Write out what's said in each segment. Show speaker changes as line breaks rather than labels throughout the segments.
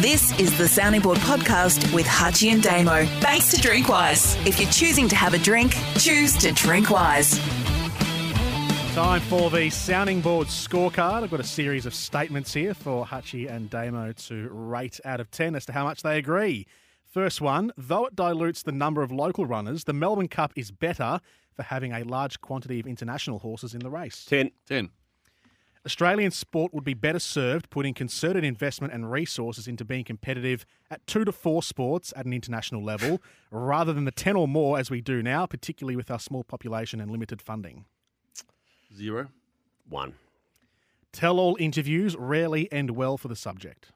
This is the Sounding Board podcast with Hutchie and Damo. Thanks to Drinkwise. If you're choosing to have a drink, choose to drink wise.
Time for the sounding board scorecard. I've got a series of statements here for Hutchie and Damo to rate out of 10 as to how much they agree. First one though it dilutes the number of local runners, the Melbourne Cup is better for having a large quantity of international horses in the race.
10.
10.
Australian sport would be better served putting concerted investment and resources into being competitive at two to four sports at an international level rather than the 10 or more as we do now, particularly with our small population and limited funding.
Zero.
1.
Tell all interviews rarely end well for the subject.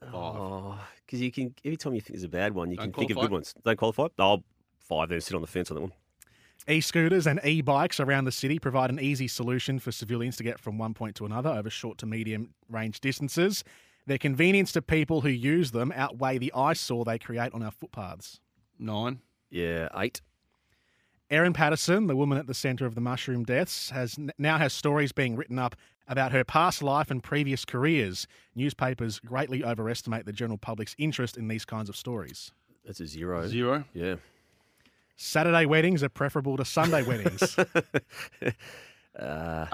Five.
Because Oh, you can, every time you think there's a bad one, you can
Don't
think of good
qualify.
ones. Don't qualify? Oh, five, then sit on the fence on that one.
E scooters and e bikes around the city provide an easy solution for civilians to get from one point to another over short to medium range distances. Their convenience to people who use them outweigh the eyesore they create on our footpaths.
Nine.
Yeah, 8.
Erin Patterson, the woman at the centre of the mushroom deaths, has now has stories being written up about her past life and previous careers. Newspapers greatly overestimate the general public's interest in these kinds of stories.
That's a zero.
Zero.
Yeah.
Saturday weddings are preferable to Sunday weddings.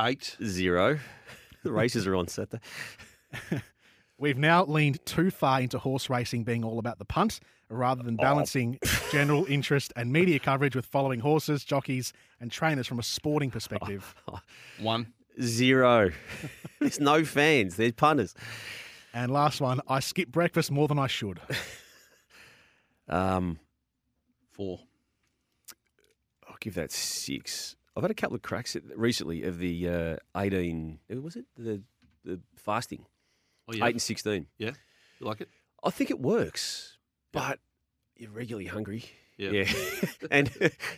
Eight.
Zero. the races are on Saturday.
We've now leaned too far into horse racing being all about the punt rather than balancing general interest and media coverage with following horses, jockeys, and trainers from a sporting perspective.
One.
Zero. There's no fans. They're punters.
And last one, I skip breakfast more than I should.
Um,
Four.
I'll give that six. I've had a couple of cracks at, recently of the uh, 18, who was it? The, the fasting,
Oh, yeah.
8 and 16.
Yeah. You like it?
I think it works, but you're regularly hungry.
Yeah.
and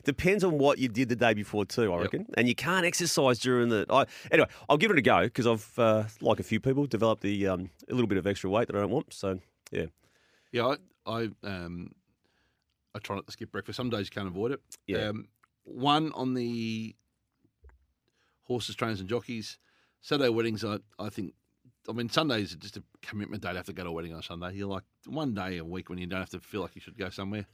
depends on what you did the day before too, I
Yep.
reckon. And you can't exercise during the. I, anyway, I'll give it a go because I've, uh, like a few people, developed the um, a little bit of extra weight that I don't want. So yeah,
Yeah. I, I, um, I try not to skip breakfast. Some days you can't avoid it.
Yeah.
Um, one on the horses, trainers, and jockeys. Saturday weddings, I, I think, I mean, Sundays are just a commitment day to have to go to a wedding on a Sunday. You're like one day a week when you don't have to feel like you should go somewhere.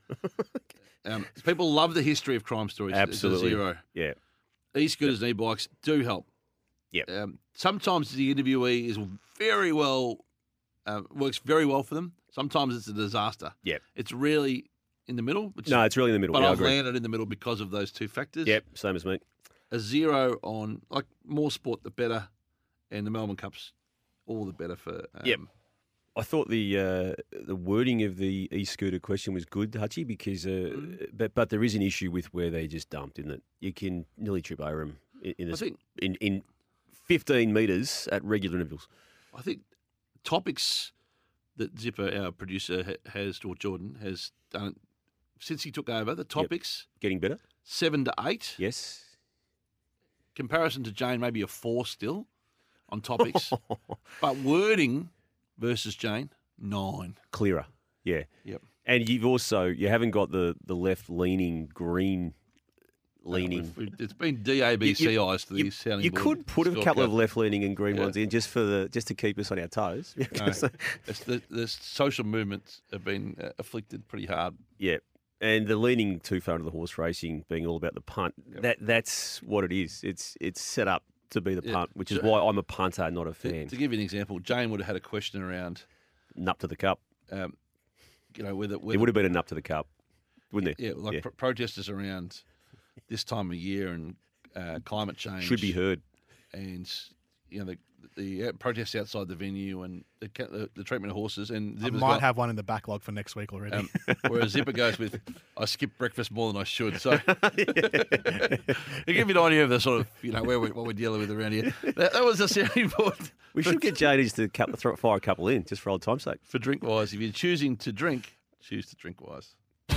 um, people love the history of crime stories. It's a
Absolutely.
zero.
yeah,
e-scooters and e-bikes do help.
Yep.
Um, sometimes the interviewee is very well uh, works very well for them. Sometimes it's a disaster.
Yep.
It's really in the middle. Which
no, it's really in the middle.
but
yeah, I
I've
agree.
landed in the middle because of those two factors.
Yep, same as me.
A zero on like more sport the better, and the Melbourne Cups all the better for. Um,
Yep. I thought the uh, the wording of the e-scooter question was good, Hutchie, because uh,
Mm-hmm.
but but there is an issue with where they just dumped, isn't it? You can nearly trip over them in in,
I
a,
think
in, in fifteen meters at regular intervals.
I think topics that Zipper, our producer, ha- has or Jordan has done since he took over. The topics
Getting better,
seven to eight.
yes.
comparison to Jane, maybe a four still on topics, but wording versus Jane, nine.
clearer. Yeah.
Yep.
And you've also you haven't got the the left leaning green leaning.
We've- It's been DABCIs to the
you,
sounding
you
board
could put a couple of
scorecard.
left leaning and green
Yeah.
ones in just for the just to keep us on our toes. Because-
It's the, the social movements have been uh, afflicted pretty hard.
yeah. And the leaning too far into the horse racing being all about the punt. That that's what it is. It's it's set up to be the
Yeah.
punt, which is why I'm a punter, not a fan.
To give you an example, Jane would have had a question around,
nup to the cup.
um, you know, whether,
It
whether
would have been a nup to the cup, wouldn't it?
yeah, like Pro- protesters around this time of year and uh, climate change
Should be heard.
and you know the, the uh, protests outside the venue and the, ca- the, the treatment of horses and
I
Zipper's
might
got-
have one in the backlog for next week already.
Um, whereas Zipper goes with, I skip breakfast more than I should. So you give you an idea of the sort of, you know, where we, what we're dealing with around here. That, that was the sounding board
We should get JD's to cut, throw, fire a couple in just for old time's sake.
for drink wise. If you're choosing to drink, choose to drink wise.